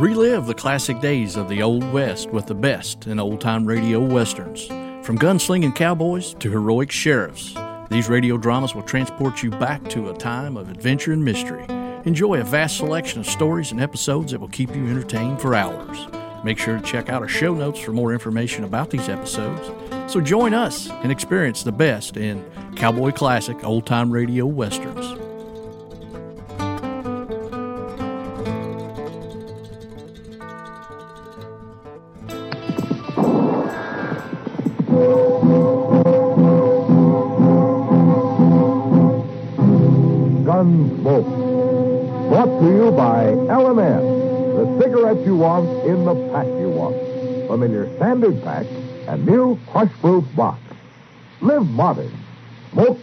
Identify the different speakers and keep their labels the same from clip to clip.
Speaker 1: Relive the classic days of the Old West with the best in old time radio westerns. From gunslinging cowboys to heroic sheriffs, these radio dramas will transport you back to a time of adventure and mystery. Enjoy a vast selection of stories and episodes that will keep you entertained for hours. Make sure to check out our show notes for more information about these episodes. So join us and experience the best in cowboy classic old time radio westerns.
Speaker 2: Gunsmoke. Brought to you by LMS, the cigarette you want in the pack you want. Familiar standard pack and new crush proof box. Live modern. Smoke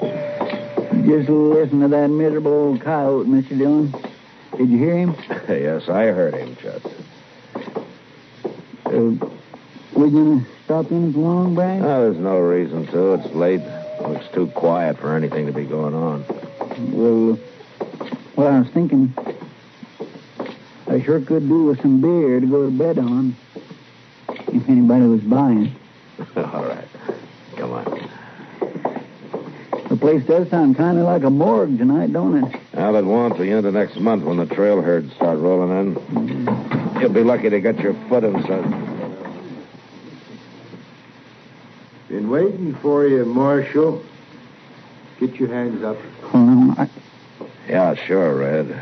Speaker 3: Just listen to that miserable old coyote, Mr. Dillon. Did you hear him?
Speaker 4: Yes, I heard him, Chester.
Speaker 3: Uh, we gonna stop in for long, Brad?
Speaker 4: No, there's no reason to. It's late. Looks too quiet for anything to be going on.
Speaker 3: well, well, I was thinking I sure could do with some beer to go to bed on. If anybody was buying.
Speaker 4: All right. Come on.
Speaker 3: The place does sound kind of like a morgue tonight, don't it?
Speaker 4: Now that won't the end of next month when the trail herds start rolling in. You'll be lucky to get your foot inside.
Speaker 5: Been waiting for you, Marshal. Get your hands up.
Speaker 3: Oh, no, I,
Speaker 4: Yeah, sure, Red.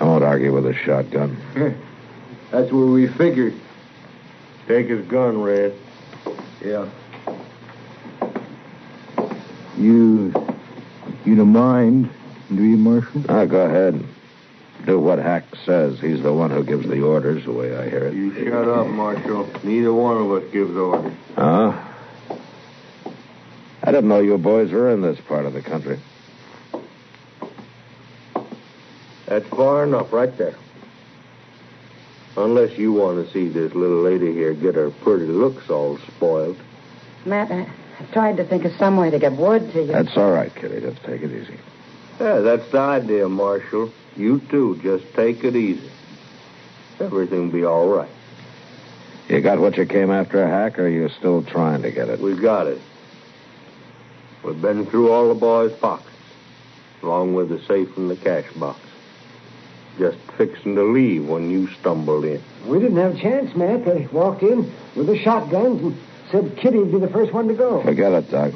Speaker 4: I won't argue with a shotgun.
Speaker 5: That's what we figured. Take his gun, Red. Yeah. You. You don't mind, do you, Marshal?
Speaker 4: Now, Ah, go ahead. Do what Hack says. He's the one who gives the orders, the way I hear it.
Speaker 5: You shut up, Marshal. Neither one of us gives orders.
Speaker 4: Huh? I didn't know you boys were in this part of the country.
Speaker 6: That's far enough, right there. Unless you want to see this little lady here get her pretty looks all spoiled.
Speaker 7: Matt, I, I've tried to think of some way to get word to you.
Speaker 4: That's all right, Kitty. Just take it easy.
Speaker 6: Yeah, that's the idea, Marshal. You too, just take it easy. Everything'll be all right.
Speaker 4: You got what you came after, Hack, or you still trying to get it?
Speaker 6: We got it. We've been through all the boys' pockets, along with the safe and the cash box. Just fixing to leave when you stumbled in.
Speaker 2: We didn't have a chance, Matt. They walked in with the shotguns and said Kitty'd be the first one to go.
Speaker 4: Forget it, Doc.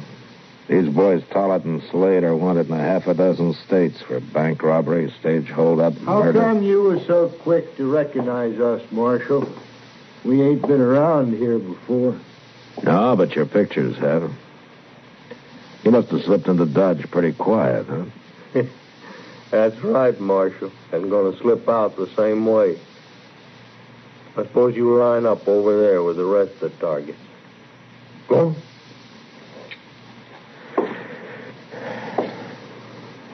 Speaker 4: These boys, Tollett and Slade, are wanted in a half a dozen states for bank robbery, stage holdup,
Speaker 8: How
Speaker 4: murder.
Speaker 8: come you were so quick to recognize us, Marshal? We ain't been around here before.
Speaker 4: No, but your pictures have. You must have slipped into Dodge pretty quiet, huh?
Speaker 6: That's right, Marshal. Ain't gonna slip out the same way. I suppose you line up over there with the rest of the targets. Go.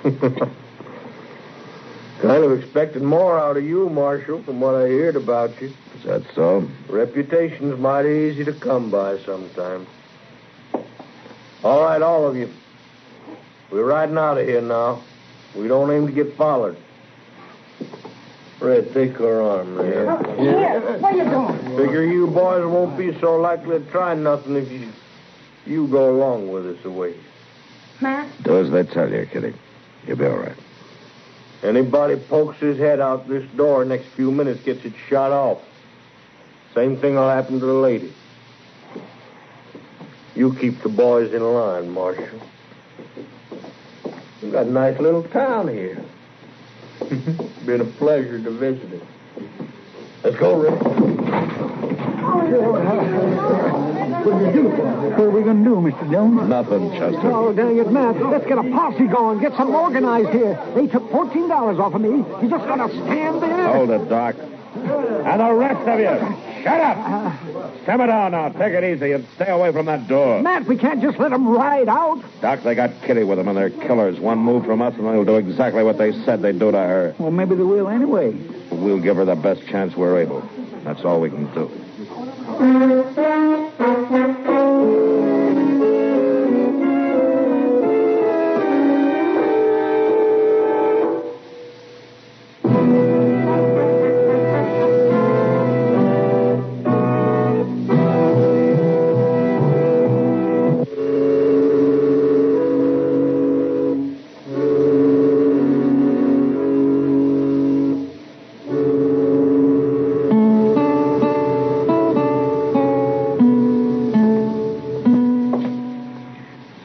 Speaker 9: Oh.
Speaker 6: kind of expected more out of you, Marshal, from what I heard about you.
Speaker 4: Is that so?
Speaker 6: Reputation's mighty easy to come by sometimes. All right, all of you. We're riding out of here now. We don't aim to get followed. Red, take her arm, man.
Speaker 7: Here, where you going?
Speaker 6: Figure you boys won't be so likely to try nothing if you you go along with us away.
Speaker 7: Matt?
Speaker 4: Do as they tell you, Kitty. You'll be all right.
Speaker 6: Anybody pokes his head out this door next few minutes gets it shot off. Same thing will happen to the lady. You keep the boys in line, Marshal. We've got a nice little town here. Been a pleasure to visit it. Let's go, Rick.
Speaker 2: What did you do? What are we going to do, Mr. Dillon?
Speaker 4: Nothing, Chester.
Speaker 2: Oh, dang it, Matt. Let's get a posse going. Get some organized here. They took $14 off of me. You just going to stand there?
Speaker 4: Hold it, Doc.
Speaker 10: And the rest of you, shut up! Simmer down now. Take it easy and stay away from that door.
Speaker 2: Uh, Matt, we can't just let them ride out.
Speaker 4: Doc, they got Kitty with them, and they're killers. One move from us, and they'll do exactly what they said they'd do to her.
Speaker 2: Well, maybe they will anyway.
Speaker 4: We'll give her the best chance we're able. That's all we can do.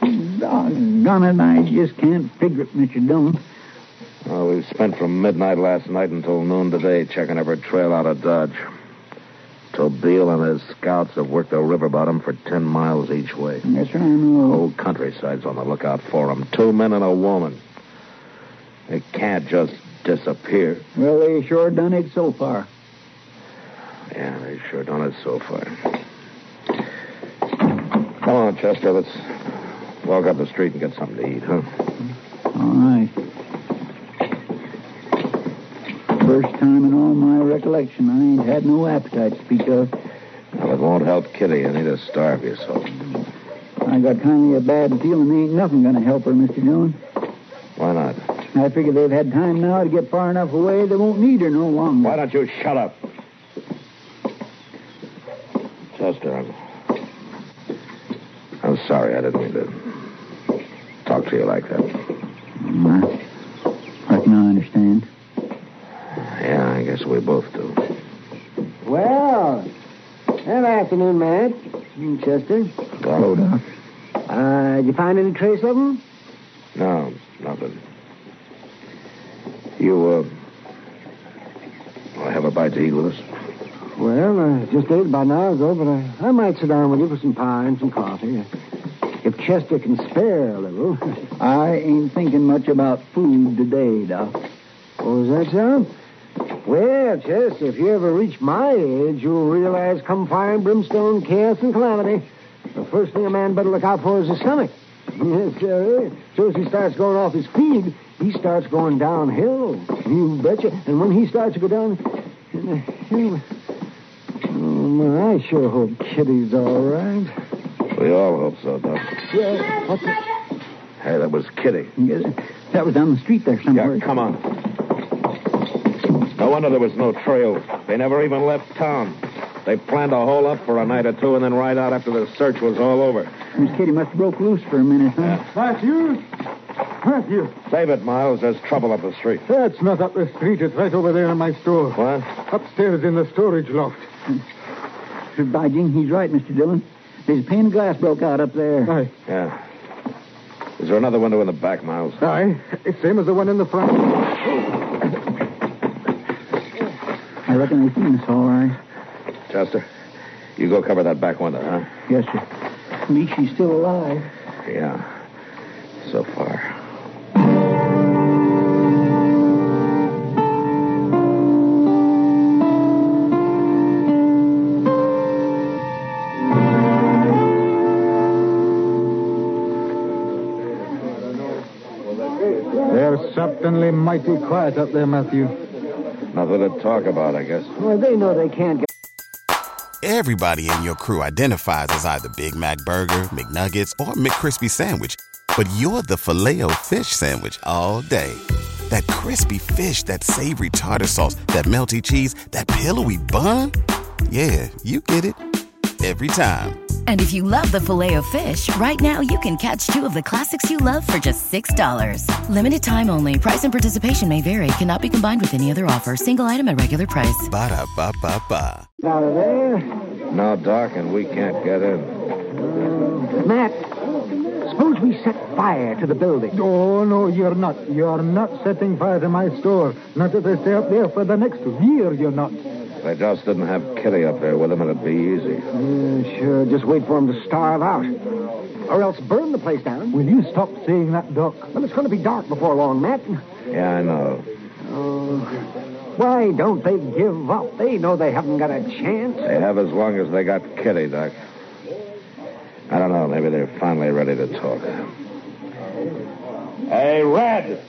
Speaker 11: Doggone it, I just can't figure it, Mr. Dillon.
Speaker 4: Well, we spent from midnight last night until noon today checking every trail out of Dodge. Tobeel and his scouts have worked the river bottom for ten miles each way.
Speaker 11: Yes, sir, I know.
Speaker 4: Whole countryside's on the lookout for 'em. Two men and a woman. They can't just disappear.
Speaker 11: Well, they sure done it so far.
Speaker 4: Yeah, they've sure done it so far. Come on, Chester. Let's walk up the street and get something to eat, huh?
Speaker 11: All right. First time in all my recollection, I ain't had no appetite to speak of.
Speaker 4: Well, it won't help Kitty. You need to starve yourself.
Speaker 11: I got kind of a bad feeling ain't nothing going to help her, Mr. Dillon.
Speaker 4: Why not?
Speaker 11: I figure they've had time now to get far enough away they won't need her no longer.
Speaker 4: Why don't you shut up? Chester, I'm. uh, I'm sorry. I didn't mean to talk to you like that.
Speaker 11: Mm, I reckon I understand.
Speaker 4: Yeah, I guess we both do.
Speaker 2: Well, good afternoon, Matt. Hmm, Chester,
Speaker 4: Hello, Doc.
Speaker 2: uh, did you find any trace of them?
Speaker 4: No, nothing. You, uh. Want to have a bite to eat with us?
Speaker 2: Well, I just ate about an hour ago, but I, I might sit down with you for some pie and some coffee. If Chester can spare a little.
Speaker 11: I ain't thinking much about food today, Doc.
Speaker 2: oh, is that so? Well, Chester, if you ever reach my age, you'll realize come fire and brimstone, chaos and calamity. The first thing a man better look out for is his stomach.
Speaker 11: Yes, sir. So as he starts going off his feed, he starts going downhill. You betcha. And when he starts to go down, hell,
Speaker 6: Mm,
Speaker 11: oh, I sure hope Kitty's all right.
Speaker 4: We all hope so, Doc.
Speaker 11: Yeah. What the-
Speaker 4: Hey, that was Kitty.
Speaker 3: Yes, That was down the street there somewhere.
Speaker 4: Come on. No wonder there was no trail. They never even left town. They planned to hole up for a night or two and then ride out after the search was all over.
Speaker 3: Miss Kitty must have broke loose for a minute, huh?
Speaker 12: Matthews! Matthews!
Speaker 4: Save it, Miles. There's trouble up the street.
Speaker 12: That's not up the street. It's right over there in my store.
Speaker 4: What?
Speaker 12: Upstairs in the storage loft.
Speaker 3: By jing, he's right, Mr. Dillon. There's a pane of glass broke out up there.
Speaker 12: Aye.
Speaker 4: Yeah. Is there another window in the back, Miles?
Speaker 12: Aye. Uh, It's same as the one in the front.
Speaker 3: I reckon they seen us all right.
Speaker 4: Chester, you go cover that back window, huh?
Speaker 3: Yes, sir. At least she's still alive.
Speaker 4: Yeah. So far.
Speaker 12: They're certainly mighty quiet up there, Matthew.
Speaker 4: Nothing to talk about, I guess.
Speaker 11: Well, they know they can't get.
Speaker 13: Everybody in your crew identifies as either Big Mac Burger, McNuggets, or McCrispy Sandwich. But you're the filet fish Sandwich all day. That crispy fish, that savory tartar sauce, that melty cheese, that pillowy bun. Yeah, you get it. Every time.
Speaker 14: And if you love the filet of fish, right now you can catch two of the classics you love for just $6. Limited time only. Price and participation may vary. Cannot be combined with any other offer. Single item at regular price.
Speaker 13: Ba-da-ba-ba-ba.
Speaker 11: Out of there.
Speaker 4: No, Doc, and we can't get in.
Speaker 11: Matt, suppose we set fire to the building.
Speaker 12: Oh, no, you're not. You're not setting fire to my store. Not if they stay up there for the next year, you're not.
Speaker 4: If they just didn't have Kitty up there with them, it'd be easy.
Speaker 11: Yeah, Mm, sure. Just wait for them to starve out. Or else burn the place down.
Speaker 12: Will you stop saying that, Doc?
Speaker 11: Well, it's going to be dark before long, Matt.
Speaker 4: Yeah, I know.
Speaker 11: Oh. Why don't they give up? They know they haven't got a chance.
Speaker 4: They have as long as they got Kitty, Doc. I don't know. Maybe they're finally ready to talk.
Speaker 15: Hey, Red!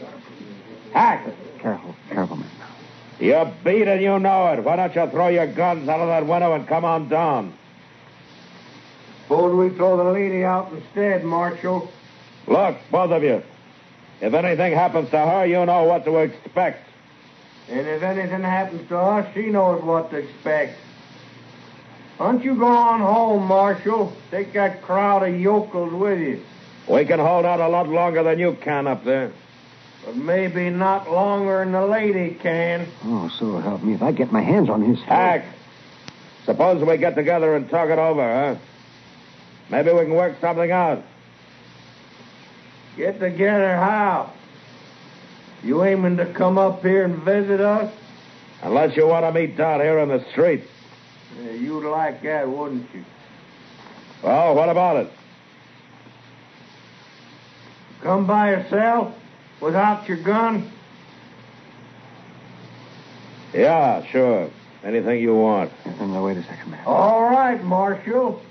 Speaker 15: Hack!
Speaker 11: Careful, careful, man.
Speaker 15: You're beat and you know it. Why don't you throw your guns out of that window and come on down?
Speaker 6: Suppose we throw the lady out instead, Marshal.
Speaker 15: Look, both of you. If anything happens to her, you know what to expect.
Speaker 6: And if anything happens to us, she knows what to expect. Why don't you go on home, Marshal? Take that crowd of yokels with you.
Speaker 15: We can hold out a lot longer than you can up there.
Speaker 6: But maybe not longer than the lady can.
Speaker 11: Oh, so help me if I get my hands on his.
Speaker 15: Hack, suppose we get together and talk it over, huh? Maybe we can work something out.
Speaker 6: Get together how? You aiming to come up here and visit us?
Speaker 15: Unless you want to meet down here on the street.
Speaker 6: Yeah, you'd like that, wouldn't you?
Speaker 15: Well, what about it?
Speaker 6: Come by yourself without your gun?
Speaker 15: Yeah, sure. Anything you want.
Speaker 11: Now, wait a second, Matt.
Speaker 6: All right, Marshal.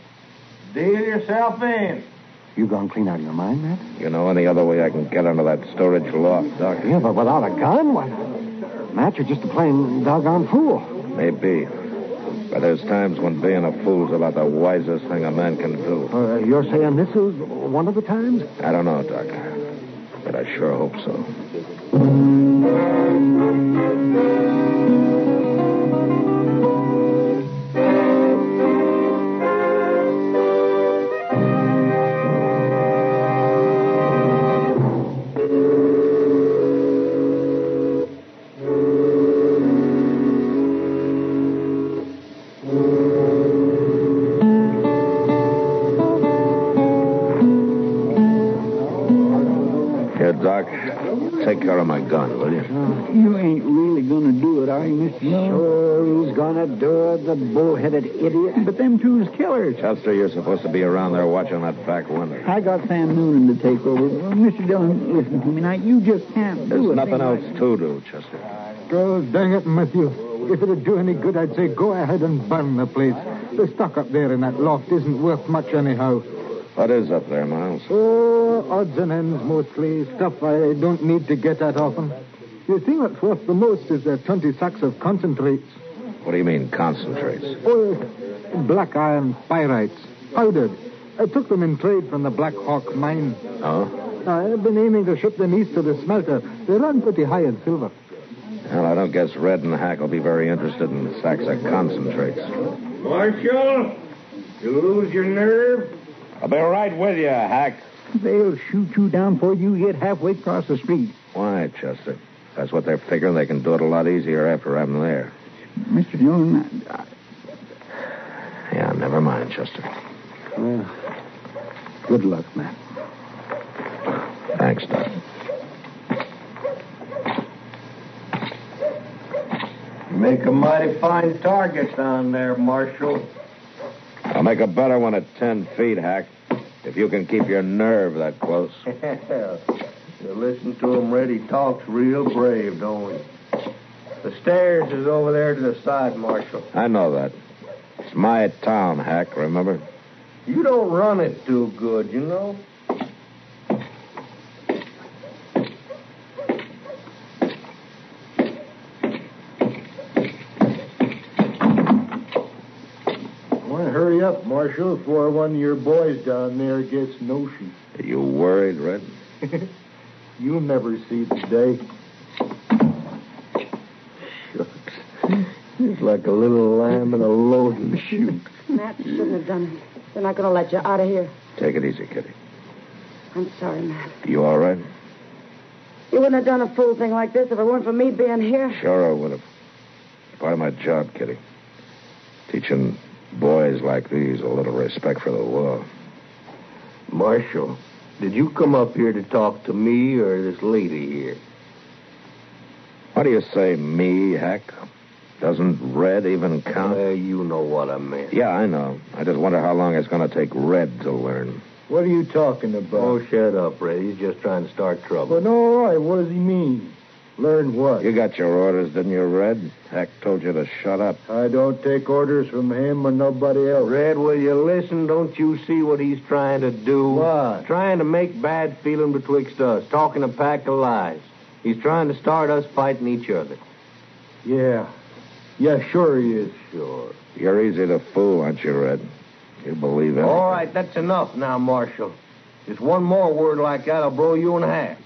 Speaker 6: Deal yourself in.
Speaker 11: You gone clean out of your mind, Matt?
Speaker 4: You know any other way I can get into that storage loft, Doc?
Speaker 11: Yeah, but without a gun? Why? Matt, you're just a plain doggone fool.
Speaker 4: Maybe. But there's times when being a fool's about the wisest thing a man can do.
Speaker 11: Uh, you're saying this is one of the times?
Speaker 4: I don't know, Doc. But I sure hope so. Here, Doc, take care of my gun, will you?
Speaker 3: You ain't really gonna do it, are you, Mr. Dillon?
Speaker 11: Sure, he's gonna do it, the bull-headed idiot.
Speaker 3: But them two's killers.
Speaker 4: Chester, you're supposed to be around there watching that back window.
Speaker 3: I got Sam Noonan to take over. Well, Mr. Dillon, listen to me now. You just can't do
Speaker 4: There's
Speaker 3: it.
Speaker 4: nothing else to do, Chester.
Speaker 12: Oh, dang it, Matthew. If it'd do any good, I'd say go ahead and burn the place. The stock up there in that loft isn't worth much anyhow.
Speaker 4: What is up there, Miles?
Speaker 12: Oh, odds and ends mostly. Stuff I don't need to get at often. The thing that's worth the most is the 20 sacks of concentrates.
Speaker 4: What do you mean, concentrates?
Speaker 12: Oh, black iron pyrites, powdered. I took them in trade from the Black Hawk mine.
Speaker 4: Oh?
Speaker 12: I've been aiming to ship them east to the smelter. They run pretty high in silver.
Speaker 4: Well, I don't guess Red and Hack will be very interested in sacks of concentrates.
Speaker 6: Marshal, you lose your nerve?
Speaker 15: I'll be right with you, Hack.
Speaker 3: They'll shoot you down before you get halfway across the street.
Speaker 4: Why, Chester? That's what they're figuring. They can do it a lot easier after I'm there.
Speaker 3: Mr. Dillon, I-
Speaker 4: Yeah, never mind, Chester.
Speaker 3: Well, good luck, Matt.
Speaker 4: Thanks, Doc.
Speaker 6: Make a mighty fine target down there, Marshal.
Speaker 4: I'll make a better one at ten feet, Hack. If you can keep your nerve that close.
Speaker 6: you listen to him, Red. He talks real brave, don't he? The stairs is over there to the side, Marshal.
Speaker 4: I know that. It's my town, Hack, remember?
Speaker 6: You don't run it too good, you know.
Speaker 12: Why, hurry up, Marshal, before one of your boys down there gets notion.
Speaker 4: Are you worried, Red?
Speaker 12: You'll never see the day.
Speaker 6: He's like a little lamb in a loading chute.
Speaker 7: Matt you shouldn't have done it. They're not going to let you out of here.
Speaker 4: Take it easy, Kitty.
Speaker 7: I'm sorry, Matt.
Speaker 4: You all right?
Speaker 7: You wouldn't have done a fool thing like this if it weren't for me being here.
Speaker 4: Sure I would have. It's part of my job, Kitty. Teaching boys like these a little respect for the law.
Speaker 6: Marshal, did you come up here to talk to me or this lady here?
Speaker 4: What do you say, me, Hack? Doesn't Red even count?
Speaker 6: you know what I meant.
Speaker 4: Yeah, I know. I just wonder how long it's going to take Red to learn.
Speaker 12: What are you talking about?
Speaker 6: Oh, shut up, Red. He's just trying to start trouble.
Speaker 12: Well, no, all right. What does he mean? Learn what?
Speaker 4: You got your orders, didn't you, Red? Hack told you to shut up.
Speaker 12: I don't take orders from him or nobody else.
Speaker 6: Red, will you listen? Don't you see what he's trying to do?
Speaker 12: What?
Speaker 6: Uh, Trying to make bad feeling betwixt us, talking a pack of lies. He's trying to start us fighting each other.
Speaker 12: Yeah. Yeah, sure he is.
Speaker 6: Sure.
Speaker 4: You're easy to fool, aren't you, Red? You believe in
Speaker 6: All right, that's enough now, Marshal. Just one more word like that, I'll blow you in half.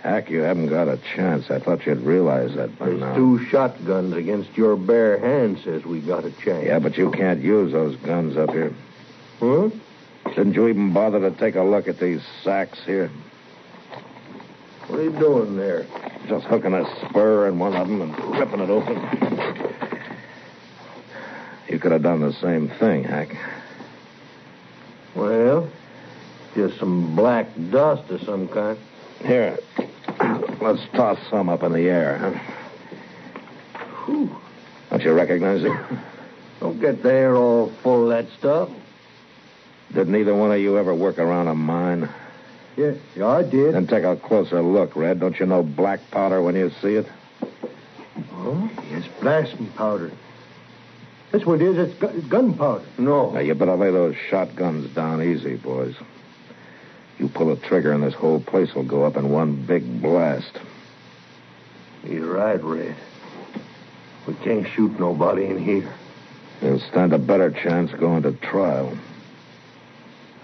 Speaker 4: Hack, you haven't got a chance. I thought you'd realize that by
Speaker 6: There's
Speaker 4: now.
Speaker 6: two shotguns against your bare hand says we got a chance.
Speaker 4: Yeah, but you can't use those guns up here.
Speaker 6: Huh?
Speaker 4: Didn't you even bother to take a look at these sacks here?
Speaker 6: What are you doing there?
Speaker 4: Just hooking a spur in one of them and ripping it open. You could have done the same thing, Hack.
Speaker 6: Well, just some black dust of some kind.
Speaker 4: Here, let's toss some up in the air, huh?
Speaker 6: Whew.
Speaker 4: Don't you recognize it?
Speaker 6: Don't get the air all full of that stuff.
Speaker 4: Didn't either one of you ever work around a mine?
Speaker 12: Yeah, yeah I did.
Speaker 4: Then take a closer look, Red. Don't you know black powder when you see it?
Speaker 12: Oh, it's blasting powder. That's what it is. It's gu- gunpowder.
Speaker 6: No.
Speaker 4: Now, you better lay those shotguns down easy, boys. You pull a trigger, and this whole place will go up in one big blast.
Speaker 6: You're right, Red. We can't shoot nobody in here.
Speaker 4: You'll stand a better chance going to trial.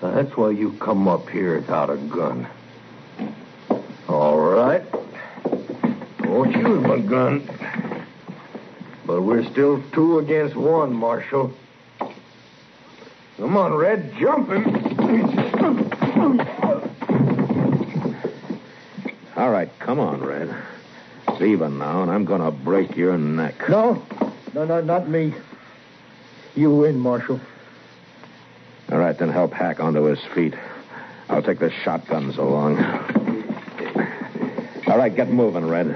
Speaker 6: Now, that's why you come up here without a gun. All right. Won't use my gun. But we're still two against one, Marshal. Come on, Red, jump him.
Speaker 4: All right, come on, Red. It's even now, and I'm going to break your neck.
Speaker 12: No, no, no, not me. You win, Marshal.
Speaker 4: All right, then help Hack onto his feet. I'll take the shotguns along. All right, get moving, Red.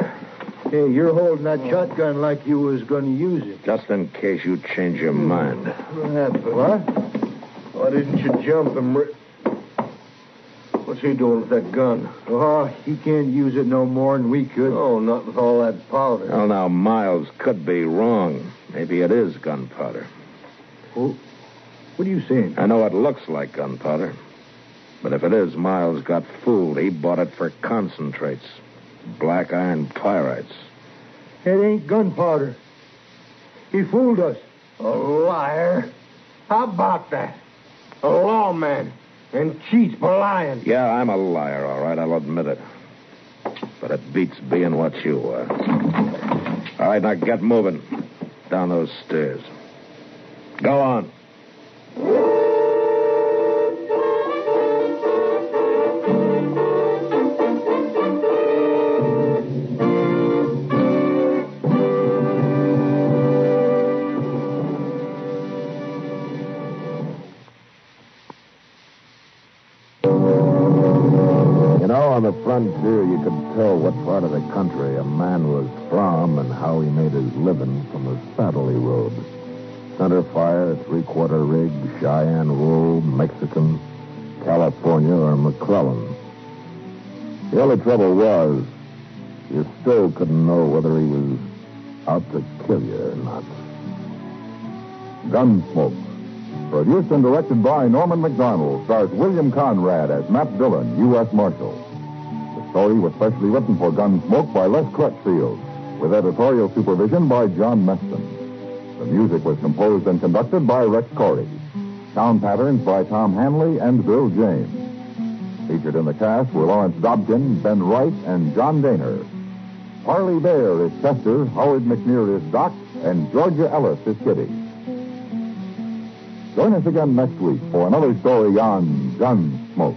Speaker 12: Hey, you're holding that shotgun like you was going to use it.
Speaker 4: Just in case you change your mind.
Speaker 6: What happened?
Speaker 12: What?
Speaker 6: Why didn't you jump him, Red? What's he doing with that gun?
Speaker 12: Oh, he can't use it no more than we could.
Speaker 6: Oh, not with all that powder.
Speaker 4: Well, now, Miles could be wrong. Maybe it is gunpowder.
Speaker 12: Oh,
Speaker 16: What are you saying?
Speaker 4: I know it looks like gunpowder. But if it is, Miles got fooled. He bought it for concentrates, black iron pyrites.
Speaker 16: It ain't gunpowder. He fooled us.
Speaker 6: A liar? How about that? A lawman and cheats for lying.
Speaker 4: Yeah, I'm a liar, all right. I'll admit it. But it beats being what you were. All right, now get moving down those stairs. Go on.
Speaker 2: You know, on the frontier, you could tell what part of the country a man was from and how he made his living from the saddle he rode. Center fire, three quarter rig, Cheyenne wool, Mexican, California, or McClellan. The only trouble was, you still couldn't know whether he was out to kill you or not. Gunsmoke. Produced and directed by Norman McDonald, stars William Conrad as Matt Dillon, U.S. Marshal. The story was specially written for Gunsmoke by Les Crutchfield, with editorial supervision by John Meston. The music was composed and conducted by Rex Corey. Sound patterns by Tom Hanley and Bill James. Featured in the cast were Lawrence Dobkin, Ben Wright, and John Daner. Harley Bear is Chester, Howard McNear is Doc, and Georgia Ellis is Kitty. Join us again next week for another story on Gunsmoke.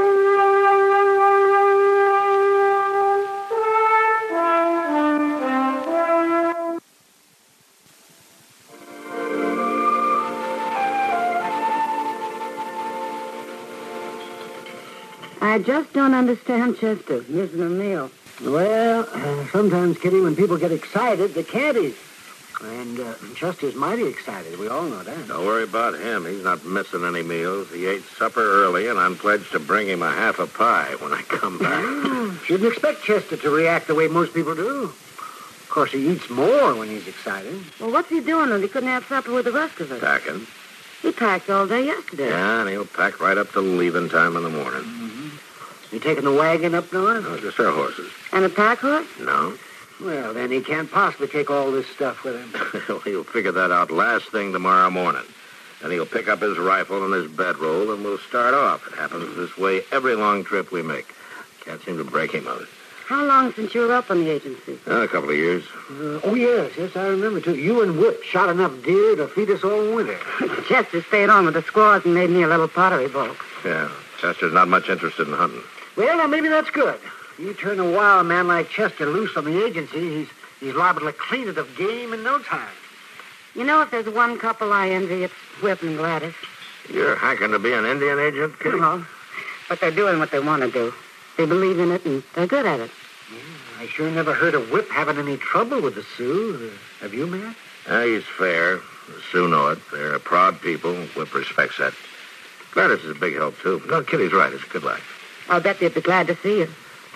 Speaker 7: I just don't understand Chester missing a meal.
Speaker 3: Well, uh, sometimes, Kitty, when people get excited, they can't eat. And uh, Chester's mighty excited. We all know that.
Speaker 4: Don't worry about him. He's not missing any meals. He ate supper early, and I'm pledged to bring him a half a pie when I come back.
Speaker 3: Mm. Shouldn't expect Chester to react the way most people do. Of course, he eats more when he's excited.
Speaker 7: Well, what's he doing that he couldn't have supper with the rest of us?
Speaker 4: Packing.
Speaker 7: He packed all day yesterday.
Speaker 4: Yeah, and he'll pack right up to leaving time in the morning.
Speaker 3: Mm-hmm. You taking the wagon up north?
Speaker 4: No, just our horses.
Speaker 7: And a pack horse?
Speaker 4: No.
Speaker 3: Well, then he can't possibly take all this stuff with him.
Speaker 4: he'll figure that out last thing tomorrow morning. Then he'll pick up his rifle and his bedroll, and we'll start off. It happens this way every long trip we make. Can't seem to break him of it.
Speaker 7: How long since you were up on the agency?
Speaker 4: Uh, a couple of years.
Speaker 3: Uh, oh, yes, yes, I remember, too. You and Whip shot enough deer to feed us all winter.
Speaker 7: Chester stayed on with the squaws and made me a little pottery bowl.
Speaker 4: Yeah. Chester's not much interested in hunting.
Speaker 3: Well, now, maybe that's good. You turn a wild man like Chester loose on the agency, he's, he's liable to clean it of game in no time.
Speaker 7: You know, if there's one couple I envy, it's Whip and Gladys.
Speaker 4: You're hacking to be an Indian agent, Kitty?
Speaker 7: No. But they're doing what they want to do. They believe in it, and they're good at it.
Speaker 3: I sure never heard of Whip having any trouble with the Sioux. Uh, Have you, Matt?
Speaker 4: Uh, he's fair. The Sioux know it. They're a proud people. Whip respects that. Gladys is a big help, too. No, Kitty's right. It's a good life.
Speaker 7: I'll bet they'd be glad to see you.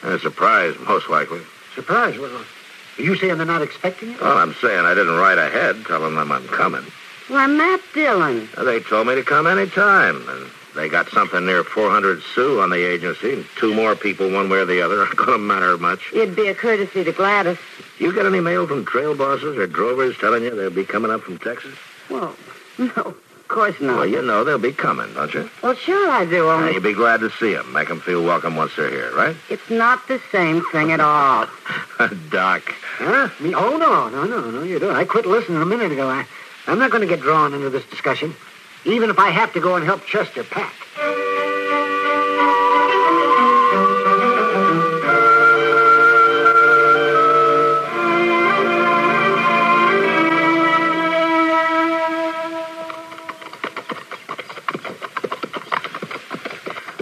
Speaker 4: And a Uh, surprise, most likely. Oh,
Speaker 3: Surprise. Well, are you saying they're not expecting it?
Speaker 4: Well, I'm saying I didn't ride ahead telling them I'm coming.
Speaker 7: Why, Matt Dillon.
Speaker 4: Now, they told me to come any time, and they got something near 400 Sioux on the agency, and two more people, one way or the other, aren't going to matter much.
Speaker 7: It'd be a courtesy to Gladys.
Speaker 4: You get any mail from trail bosses or drovers telling you they'll be coming up from Texas?
Speaker 7: Well, no, of course not.
Speaker 4: Well, you know they'll be coming, don't you?
Speaker 7: Well, sure I do,
Speaker 4: Now,
Speaker 7: only
Speaker 4: you'd be glad to see them. Make them feel welcome once they're here, right?
Speaker 7: it's not the same thing at all.
Speaker 4: Doc.
Speaker 17: Huh? Me? Oh, no, no, no, no, you don't. I quit listening a minute ago. I, I'm not going to get drawn into this discussion, even if I have to go and help Chester pack.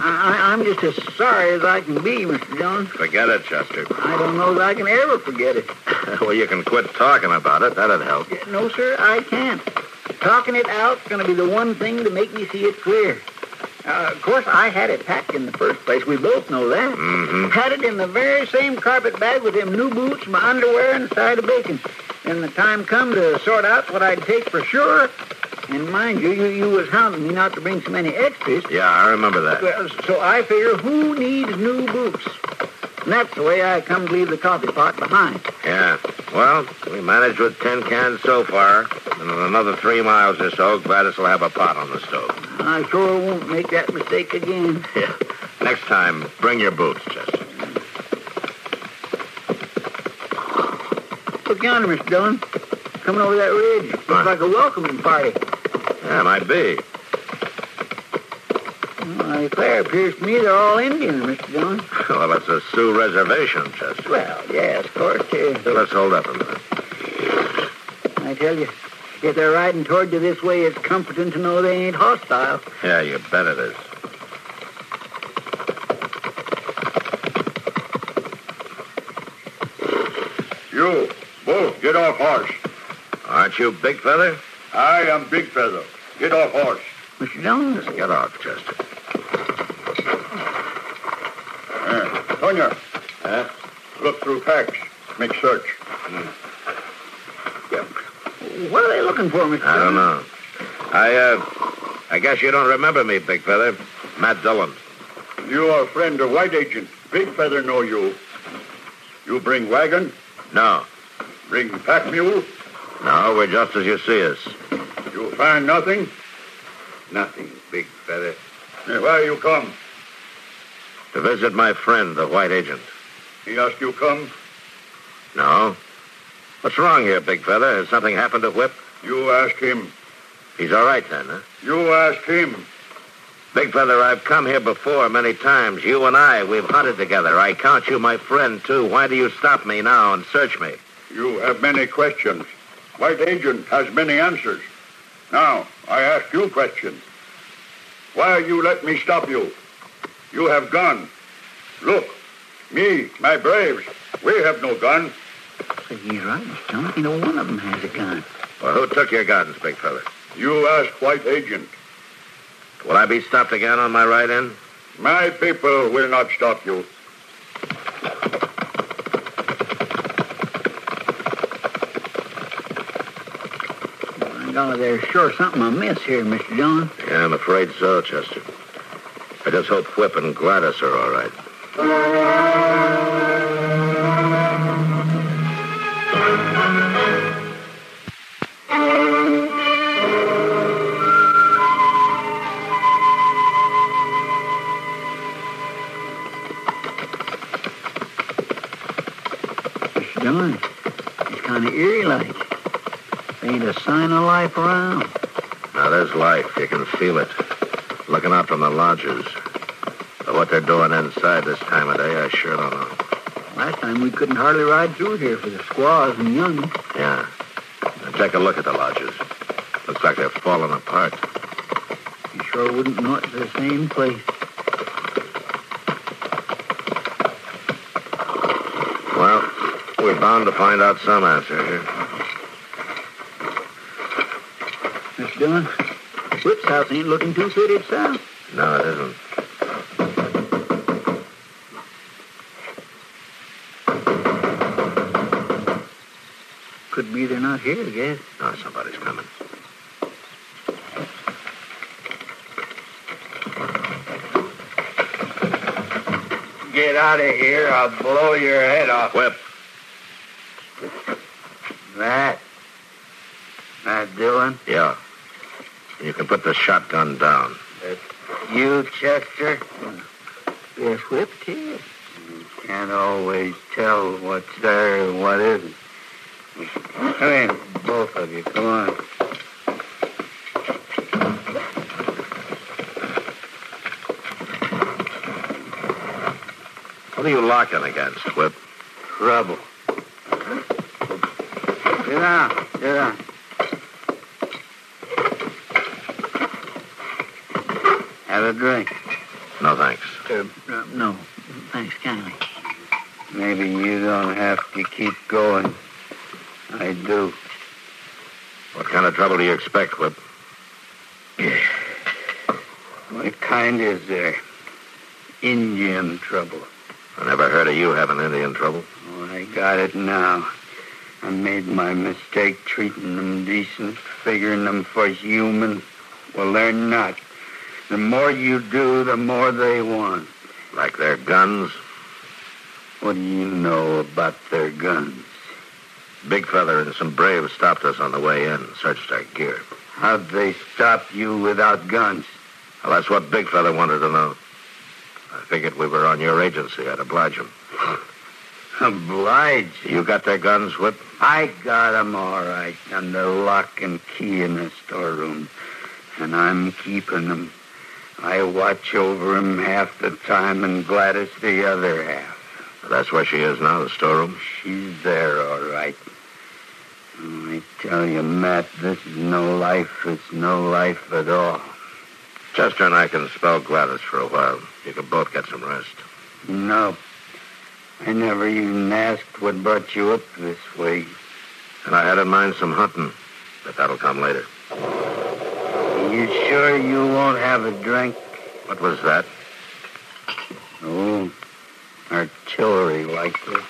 Speaker 3: I, I- I'm just as sorry as I can be, Mr. Dillon.
Speaker 4: Forget it, Chester.
Speaker 3: I don't know that I can ever forget it.
Speaker 4: well, you can quit talking about it. That'd help.
Speaker 3: No, sir, I can't. Talking it out's going to be the one thing to make me see it clear. Uh, of course, I had it packed in the first place. We both know that.
Speaker 4: Mm-hmm.
Speaker 3: Had it in the very same carpet bag with them new boots, my underwear, and a side of bacon. And the time come to sort out what I'd take for sure. And mind you, you, you was hounding me not to bring so many extras.
Speaker 4: Yeah, I remember that.
Speaker 3: Well, so I figure who needs new boots? And that's the way I come to leave the coffee pot behind.
Speaker 4: Yeah. Well, we managed with ten cans so far, and in another three miles or so, Gladys will have a pot on the stove.
Speaker 3: I sure won't make that mistake again.
Speaker 4: Yeah. Next time, bring your boots, Chester.
Speaker 3: Look yonder, Mr. Dillon. Coming over that ridge. Looks like a welcoming party.
Speaker 4: Yeah, might be.
Speaker 3: Well, I declare, it appears to me they're all Indians, Mr. Dillon.
Speaker 4: Well, it's a Sioux reservation, Chester.
Speaker 3: Well, yes, of course, too.
Speaker 4: Let's hold up a minute.
Speaker 3: I tell you, if they're riding toward you this way, it's comforting to know they ain't hostile.
Speaker 4: Yeah, you bet it is.
Speaker 18: You, both, get off horse.
Speaker 4: Aren't you Big Feather?
Speaker 18: I am Big Feather. Get off horse.
Speaker 3: Mr. Dillon?
Speaker 4: Just get off, Chester.
Speaker 18: Uh, Tonya. Huh? Look through packs. Make search.
Speaker 3: What are they looking for, Mr.
Speaker 4: I don't know. I, uh, I guess you don't remember me, Big Feather. Matt Dillon.
Speaker 18: You are a friend of White Agent. Big Feather know you. You bring wagon?
Speaker 4: No.
Speaker 18: Bring pack mule?
Speaker 4: No, we're just as you see us.
Speaker 18: You find nothing?
Speaker 4: Nothing, Big Feather.
Speaker 18: Then why you come?
Speaker 4: To visit my friend, the White Agent.
Speaker 18: He ask you come?
Speaker 4: No. What's wrong here, Big Feather? Has something happened to Whip?
Speaker 18: You ask him.
Speaker 4: He's all right then, huh?
Speaker 18: You ask him.
Speaker 4: Big Feather, I've come here before many times. You and I, we've hunted together. I count you my friend, too. Why do you stop me now and search me?
Speaker 18: You have many questions. White Agent has many answers. Now, I ask you question. Why you let me stop you? You have gun. Look, me, my braves, we have no gun.
Speaker 3: He's right, Mr. Dillon. Ain't no one of them has a gun.
Speaker 4: Well, who took your guns, Big Feather?
Speaker 18: You ask White Agent.
Speaker 4: Will I be stopped again on my right end?
Speaker 18: My people will not stop you.
Speaker 3: My God, Uh, there's sure something amiss here, Mr. Dillon.
Speaker 4: Yeah, I'm afraid so, Chester. I just hope Whip and Gladys are all right.
Speaker 3: Mr. Dillon, it's kind of eerie-like. Ain't a sign of life around.
Speaker 4: Now, there's life. You can feel it. Looking out from the lodges. But what they're doing inside this time of day, I sure don't know.
Speaker 3: Last time we couldn't hardly ride through here for the squaws and young.
Speaker 4: Yeah. Now, take a look at the lodges. Looks like they're falling apart.
Speaker 3: You sure wouldn't know it's the same place.
Speaker 4: Well, we're bound to find out some answer here.
Speaker 3: Mr. Dillon, Whip's house ain't looking too good itself.
Speaker 4: No, it isn't.
Speaker 3: Could be they're not here, I guess.
Speaker 4: No, somebody's coming.
Speaker 18: get out of here, I'll blow your head off.
Speaker 4: Whip.
Speaker 3: That. Matt Dillon,
Speaker 4: Yeah. You can put the shotgun down.
Speaker 3: you, Chester. Yes, whipped here. You can't always tell what's there and what isn't. Come in, both of you. Come on.
Speaker 4: What are you locking against, Whip?
Speaker 3: Trouble. Sit down. Sit down. Have a drink.
Speaker 4: No thanks.
Speaker 3: Uh, uh, no, thanks kindly. Maybe you don't have to keep going. I do.
Speaker 4: What kind of trouble do you expect, Whip?
Speaker 3: What kind is there? Indian trouble.
Speaker 4: I never heard of you having Indian trouble.
Speaker 3: Oh, I got it now. I made my mistake treating them decent, figuring them for human. Well, they're not. The more you do, the more they want.
Speaker 4: Like their guns?
Speaker 3: What do you know about their guns?
Speaker 4: Big Feather and some braves stopped us on the way in, searched our gear.
Speaker 3: How'd they stop you without guns?
Speaker 4: Well, that's what Big Feather wanted to know. I figured we were on your agency. I'd oblige him.
Speaker 3: Oblige.
Speaker 4: You got their guns, Whip?
Speaker 3: I got 'em all right under lock and key in the storeroom, and I'm keeping 'em. I watch over 'em half the time and Gladys the other half.
Speaker 4: That's where she is now, the storeroom.
Speaker 3: She's there all right. Oh, I tell you, Matt, this is no life. It's no life at all.
Speaker 4: Chester and I can spell Gladys for a while. You can both get some rest.
Speaker 3: No. I never even asked what brought you up this way.
Speaker 4: And I had in mind some hunting, but that'll come later.
Speaker 3: You sure you won't have a drink?
Speaker 4: What was that?
Speaker 3: Oh, artillery likely.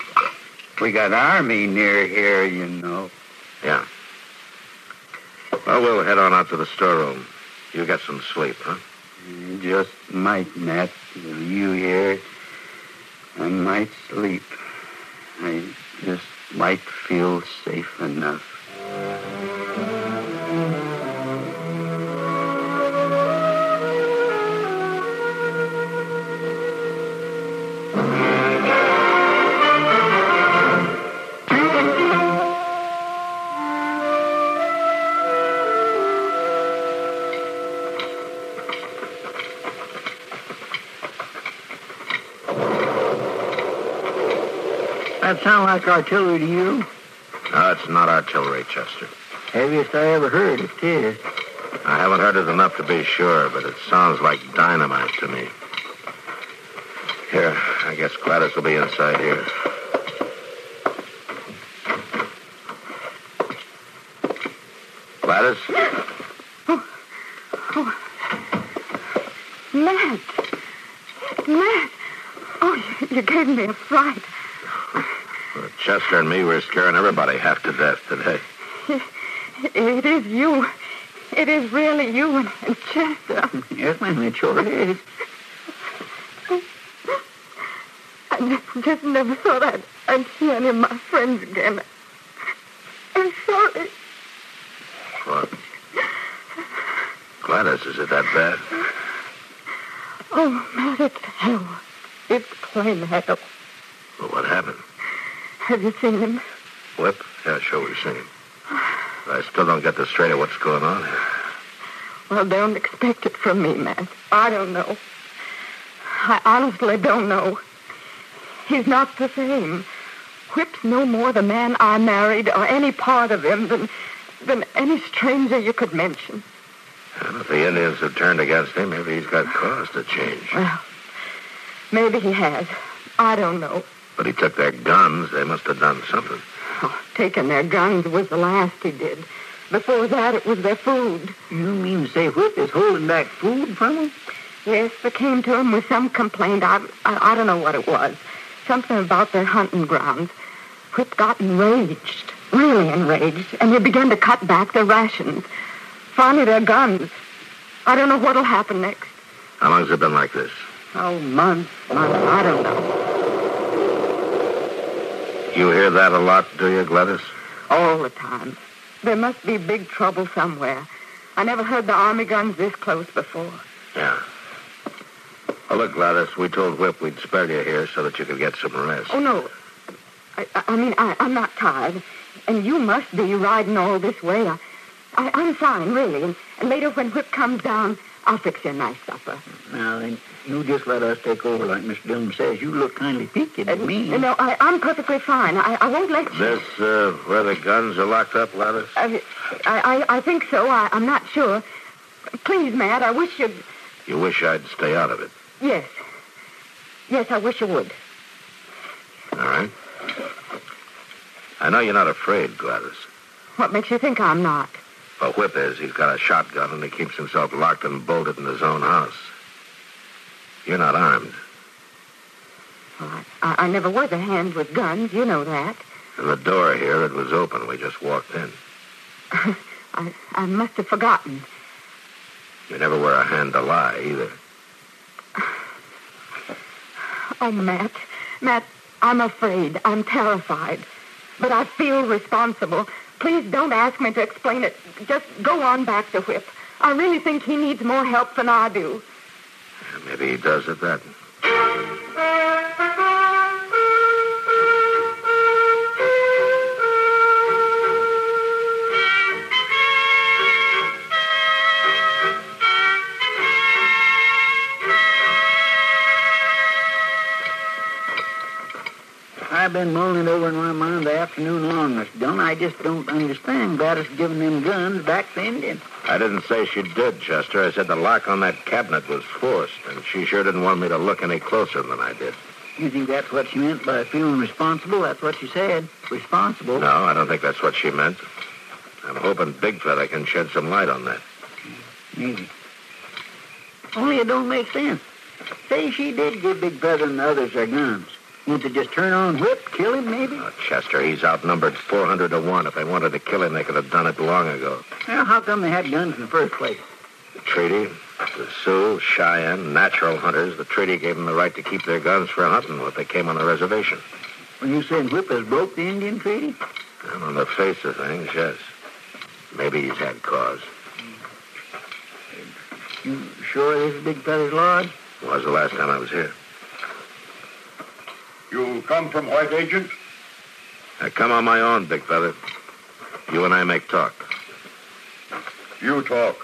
Speaker 3: We got army near here, you know.
Speaker 4: Yeah. Well, we'll head on out to the storeroom. You get some sleep, huh?
Speaker 3: You Just might, Matt. With you here, I might sleep. I just might feel safe enough. That sound like artillery to you?
Speaker 4: No, it's not artillery, Chester.
Speaker 3: Heaviest I ever heard. It is.
Speaker 4: I haven't heard it enough to be sure, but it sounds like dynamite to me. Here, I guess Gladys will be inside here. Gladys?
Speaker 9: Matt! Matt! Oh, you- you gave me a fright.
Speaker 4: Well, Chester and me were scaring everybody half to death today.
Speaker 9: It is you. It is really you and, and Chester.
Speaker 3: Yes, ma'am, it sure is.
Speaker 9: I just, just never thought I'd, I'd see any of my friends again. I'm sorry.
Speaker 4: What? Gladys, is it that bad?
Speaker 9: Oh, Matt, it's hell. It's plain hell.
Speaker 4: Well, what happened?
Speaker 9: Have you seen him?
Speaker 4: Whip? Yeah, sure, we've seen him. I still don't get this straight of what's going on here.
Speaker 9: Well, don't expect it from me, Matt. I don't know. I honestly don't know. He's not the same. Whip's no more the man I married or any part of him than than any stranger you could mention.
Speaker 4: And if the Indians have turned against him, maybe he's got cause to change.
Speaker 9: Well, maybe he has. I don't know.
Speaker 4: But he took their guns. They must have done something.
Speaker 9: Taking their guns was the last he did. Before that, it was their food.
Speaker 3: You mean to say Whip is holding back food from him?
Speaker 9: Yes, they came to him with some complaint. I, I, I don't know what it was. Something about their hunting grounds. Whip got enraged, really enraged, and he began to cut back their rations. Finally, their guns. I don't know what'll happen next.
Speaker 4: How long's it been like this?
Speaker 7: Oh, months, months. I don't know.
Speaker 4: You hear that a lot, do you, Gladys?
Speaker 9: All the time. There must be big trouble somewhere. I never heard the army guns this close before.
Speaker 4: Yeah. Well, look, Gladys, we told Whip we'd spare you here so that you could get some rest.
Speaker 9: Oh, no. I, I- I mean, I, I'm not tired. And you must be riding all this way. I, I, I'm fine, really. And, and later when Whip comes down, I'll fix you a nice supper.
Speaker 3: Now, then, you just let us take over like Miss Dillon says. You look kindly peaked at me.
Speaker 9: You know, I, I'm perfectly fine. I, I won't let you.
Speaker 4: This, uh, where the guns are locked up, Gladys?
Speaker 9: I, I, I think so. I, I'm not sure. Please, Matt, I wish you'd.
Speaker 4: You wish I'd stay out of it.
Speaker 9: Yes. Yes, I wish you would.
Speaker 4: All right. I know you're not afraid, Gladys.
Speaker 9: What makes you think I'm not?
Speaker 4: But Whip is. He's got a shotgun and he keeps himself locked and bolted in his own house. You're not armed,
Speaker 9: I, I never was a hand with guns. You know that.
Speaker 4: and the door here it was open. We just walked in.
Speaker 9: I, I must have forgotten.
Speaker 4: You never wear a hand to lie either.
Speaker 9: Oh, Matt. Matt, I'm afraid. I'm terrified. But I feel responsible. Please don't ask me to explain it. Just go on back to Whip. I really think he needs more help than I do.
Speaker 4: Maybe he does at that.
Speaker 3: I've been mulling it over in my mind the afternoon long, Miss Dillon. I just don't understand Gladys giving them guns back to Indians.
Speaker 4: I didn't say she did, Chester. I said the lock on that cabinet was forced, and she sure didn't want me to look any closer than I did.
Speaker 3: You think that's what she meant by feeling responsible? That's what she said. Responsible?
Speaker 4: No, I don't think that's what she meant. I'm hoping Big Feather can shed some light on that.
Speaker 3: Maybe. Only it don't make sense. Say she did give Big Brother and the others their guns. Won't they just turn on Whip, kill him, maybe?
Speaker 4: Uh, Chester, he's outnumbered 400 to 1. If they wanted to kill him, they could have done it long ago.
Speaker 3: Well, how come they had guns in the first place?
Speaker 4: The treaty, the Sioux, Cheyenne, natural hunters, the treaty gave them the right to keep their guns for hunting if they came on a reservation.
Speaker 3: When you saying Whip has broke the Indian treaty?
Speaker 4: And on the face of things, yes. Maybe he's had cause.
Speaker 3: You sure this is Big Brother's lodge?
Speaker 4: When was the last time I was here?
Speaker 18: You come from White Agent?
Speaker 4: I come on my own, Big Feather. You and I make talk.
Speaker 18: You talk.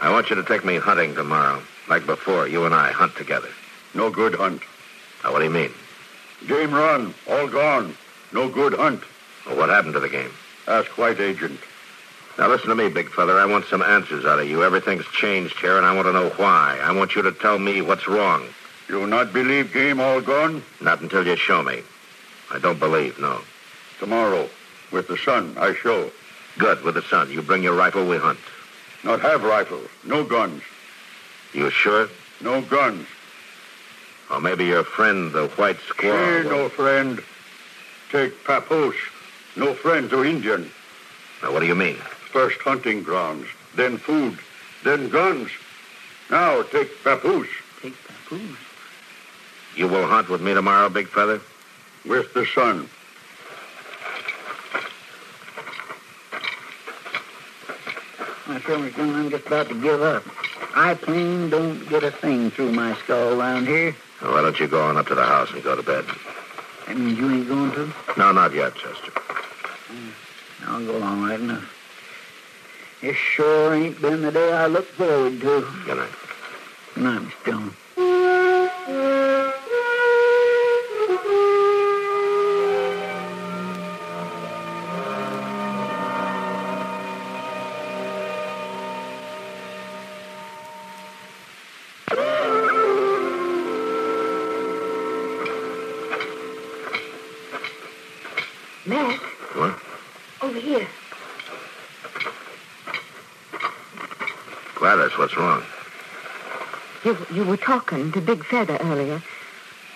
Speaker 4: I want you to take me hunting tomorrow. Like before, you and I hunt together.
Speaker 18: No good hunt.
Speaker 4: Now, what do you mean?
Speaker 18: Game run. All gone. No good hunt.
Speaker 4: Well, what happened to the game?
Speaker 18: Ask White Agent.
Speaker 4: Now, listen to me, big feather. I want some answers out of you. Everything's changed here, and I want to know why. I want you to tell me what's wrong.
Speaker 18: You not believe game all gone?
Speaker 4: Not until you show me. I don't believe, no.
Speaker 18: Tomorrow, with the sun, I show.
Speaker 4: Good, with the sun. You bring your rifle, we hunt.
Speaker 18: Not have rifle. No guns.
Speaker 4: You sure?
Speaker 18: No guns.
Speaker 4: Or maybe your friend, the white squaw.
Speaker 18: Hey, no friend. Take Papoose. No friend to Indian.
Speaker 4: Now, what do you mean?
Speaker 18: First hunting grounds, then food, then guns. Now take Papoose.
Speaker 3: Take Papoose.
Speaker 4: You will hunt with me tomorrow, big feather?
Speaker 18: With the sun.
Speaker 3: My friend, I'm just about to give up. I plain don't get a thing through my skull around here.
Speaker 4: Now, why don't you go on up to the house and go to bed?
Speaker 3: That means you ain't going to?
Speaker 4: No, not yet, Chester.
Speaker 3: I'll go along right enough. It sure ain't been the day I looked forward to.
Speaker 4: Good night.
Speaker 3: Good night, Miss Dillon.
Speaker 9: Matt,
Speaker 4: What?
Speaker 9: over here.
Speaker 4: Gladys, what's wrong?
Speaker 9: You, you were talking to Big Feather earlier.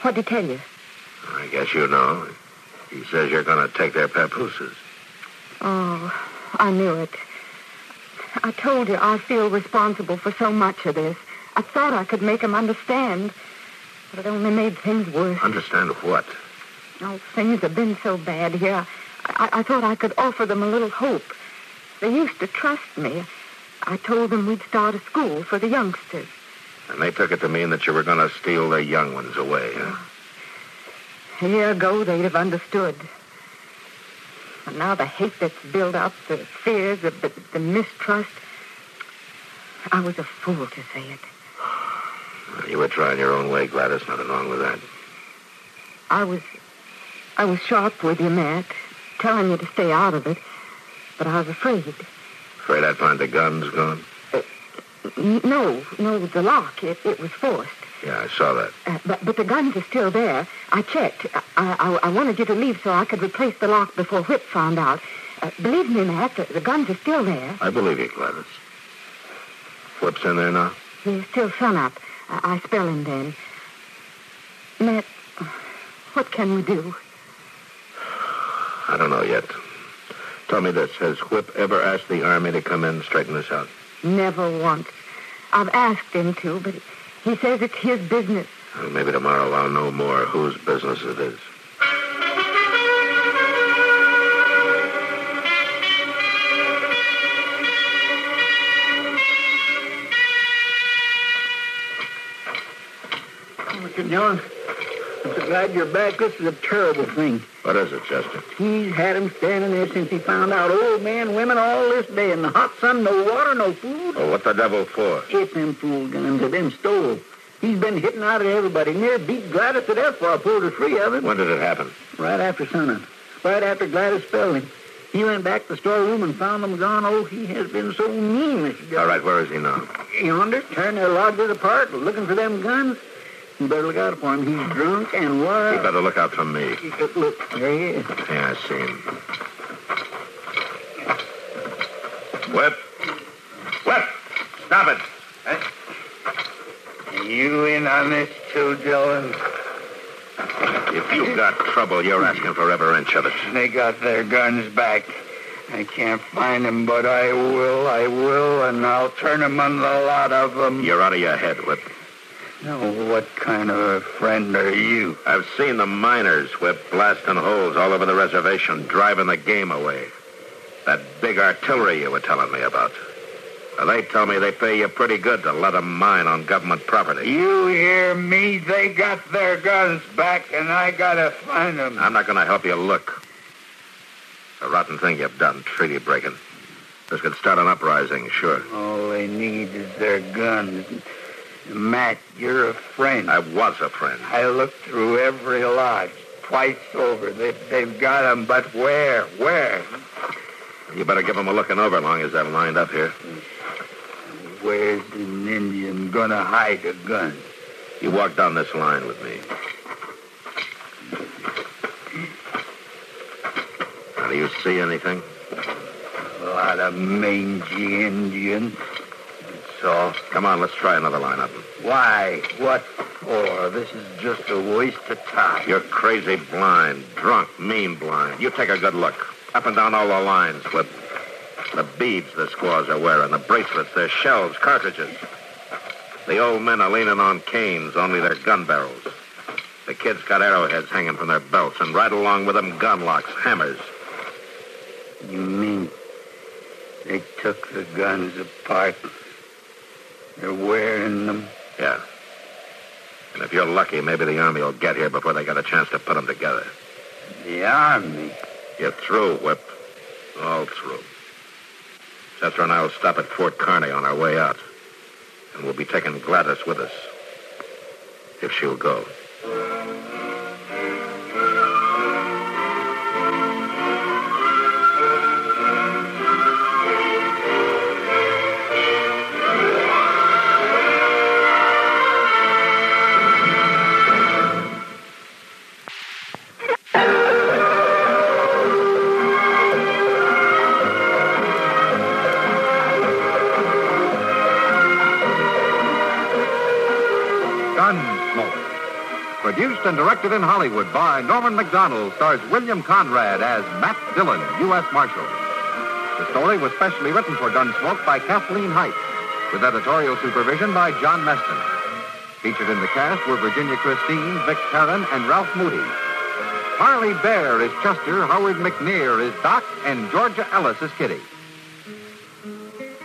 Speaker 9: What'd he tell you?
Speaker 4: I guess you know. He says you're going to take their papooses.
Speaker 9: Oh, I knew it. I told you I feel responsible for so much of this. I thought I could make him understand. But it only made things worse.
Speaker 4: Understand what?
Speaker 9: Oh, things have been so bad here. I, I thought I could offer them a little hope. They used to trust me. I told them we'd start a school for the youngsters.
Speaker 4: And they took it to mean that you were going to steal their young ones away. Huh?
Speaker 9: A year ago, they'd have understood. But now the hate that's built up, the fears, the, the, the mistrust. I was a fool to say it.
Speaker 4: You were trying your own way, Gladys. Nothing wrong with that.
Speaker 9: I was, I was sharp with you, Matt, telling you to stay out of it. But I was afraid.
Speaker 4: Afraid I'd find the guns gone?
Speaker 9: N- No, no, the lock. It, it was forced.
Speaker 4: Yeah, I saw that.
Speaker 9: Uh, but, but the guns are still there. I checked. I, I, I wanted you to leave so I could replace the lock before Whip found out. Uh, believe me, Matt, the, the guns are still there.
Speaker 4: I believe you, Gladys. Flip's in there now?
Speaker 9: He's still sunup. I, I spell him then. Matt, what can we do?
Speaker 4: I don't know yet. Tell me this. Has Whip ever asked the Army to come in and straighten this out?
Speaker 9: Never once. I've asked him to, but he says it's his business.
Speaker 4: Well, maybe tomorrow I'll know more whose business it is.
Speaker 3: Mr. Dillon, I'm so glad you're back. This is a terrible thing.
Speaker 4: What is it, Chester?
Speaker 3: He's had 'em standing there since he found out old men, women, all this day in the hot sun, no water, no food.
Speaker 4: Oh, what the devil for?
Speaker 3: It's them fool guns that them stole. He's been hitting out at everybody. Near beat Gladys to death for I pulled her free of him.
Speaker 4: When did it happen?
Speaker 3: Right after sunup. Right after Gladys fell him. He went back to the storeroom and found them gone. Oh, he has been so mean, Mr.
Speaker 4: All right, where is he now?
Speaker 3: Dillon. Yonder, tearing their lodges apart, looking for them guns. You better look out for him. He's drunk and
Speaker 4: You
Speaker 3: wild.
Speaker 4: better look out for me.
Speaker 3: Look, there he is.
Speaker 4: Yeah, I see him. Whip. Whip! Stop it!
Speaker 6: You in on this too, Dillon?
Speaker 4: If you've got trouble, you're asking for every inch of it.
Speaker 6: They got their guns back. I can't find 'em, but I will, I will, and I'll turn 'em on the lot of 'em.
Speaker 4: You're out of your head, Whip.
Speaker 6: Now, what kind of a friend are you?
Speaker 4: I've seen the miners, Whip, blasting holes all over the reservation, driving the game away. That big artillery you were telling me about. Now, they tell me they pay you pretty good to let 'em mine on government property.
Speaker 6: You hear me? They got their guns back, and I gotta find 'em.
Speaker 4: I'm not going to help you look. The rotten thing you've done, treaty breaking. This could start an uprising, sure.
Speaker 6: All they need is their guns. Matt, you're a friend.
Speaker 4: I was a friend.
Speaker 6: I looked through every lodge twice over. They, they've got 'em, but where? Where?
Speaker 4: You better give 'em a looking over long as they're lined up here.
Speaker 6: Where's an Indian gonna hide a gun?
Speaker 4: You walk down this line with me. Now, do you see anything?
Speaker 6: A lot of mangy Indians.
Speaker 4: That's all. Come on, let's try another lineup.
Speaker 6: Why? What for? This is just a waste of time.
Speaker 4: You're crazy blind, drunk, mean blind. You take a good look. Up and down all the lines with the beads the squaws are wearing, the bracelets, their shells, cartridges. The old men are leaning on canes, only their gun barrels. The kids got arrowheads hanging from their belts, and right along with them, gun locks, hammers.
Speaker 6: You mean they took the guns apart? They're wearing them.
Speaker 4: Yeah. And if you're lucky, maybe the army will get here before they got a chance to put them together.
Speaker 6: The army.
Speaker 4: You're through, Whip. All through. Chester and I will stop at Fort Kearney on our way out. And we'll be taking Gladys with us. If she'll go.
Speaker 19: Gunsmoke. Produced and directed in Hollywood by Norman McDonald, stars William Conrad as Matt Dillon, U.S. Marshal. The story was specially written for Gunsmoke by Kathleen Height, with editorial supervision by John Meston. Featured in the cast were Virginia Christine, Vic Perrin, and Ralph Moody. Harley Bear is Chester, Howard McNear is Doc, and Georgia Ellis is Kitty.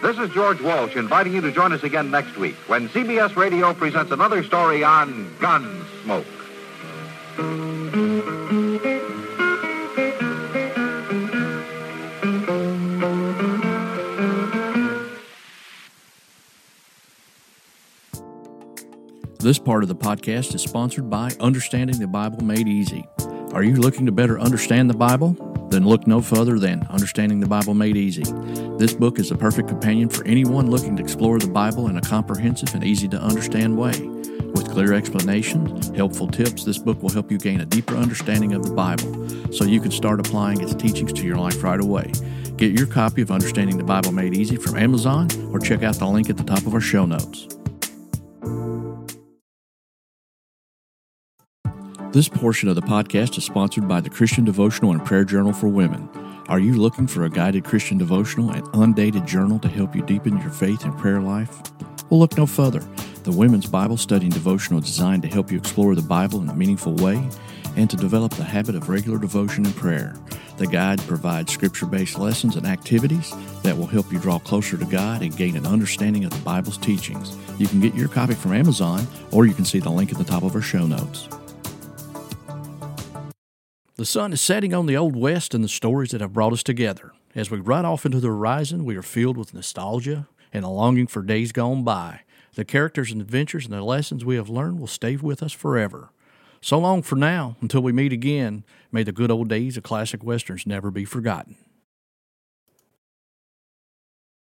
Speaker 19: This is George Walsh inviting you to join us again next week when CBS Radio presents another story on Gunsmoke.
Speaker 1: This part of the podcast is sponsored by Understanding the Bible Made Easy. Are you looking to better understand the Bible? Then look no further than Understanding the Bible Made Easy. This book is the perfect companion for anyone looking to explore the Bible in a comprehensive and easy to understand way. With clear explanations, helpful tips, this book will help you gain a deeper understanding of the Bible so you can start applying its teachings to your life right away. Get your copy of Understanding the Bible Made Easy from Amazon or check out the link at the top of our show notes. This portion of the podcast is sponsored by the Christian Devotional and Prayer Journal for Women. Are you looking for a guided Christian devotional and undated journal to help you deepen your faith and prayer life? Well, look no further. The Women's Bible Study and Devotional is designed to help you explore the Bible in a meaningful way and to develop the habit of regular devotion and prayer. The guide provides scripture based lessons and activities that will help you draw closer to God and gain an understanding of the Bible's teachings. You can get your copy from Amazon or you can see the link at the top of our show notes. The sun is setting on the Old West and the stories that have brought us together. As we ride off into the horizon, we are filled with nostalgia and a longing for days gone by. The characters and adventures and the lessons we have learned will stay with us forever. So long for now, until we meet again, may the good old days of classic westerns never be forgotten.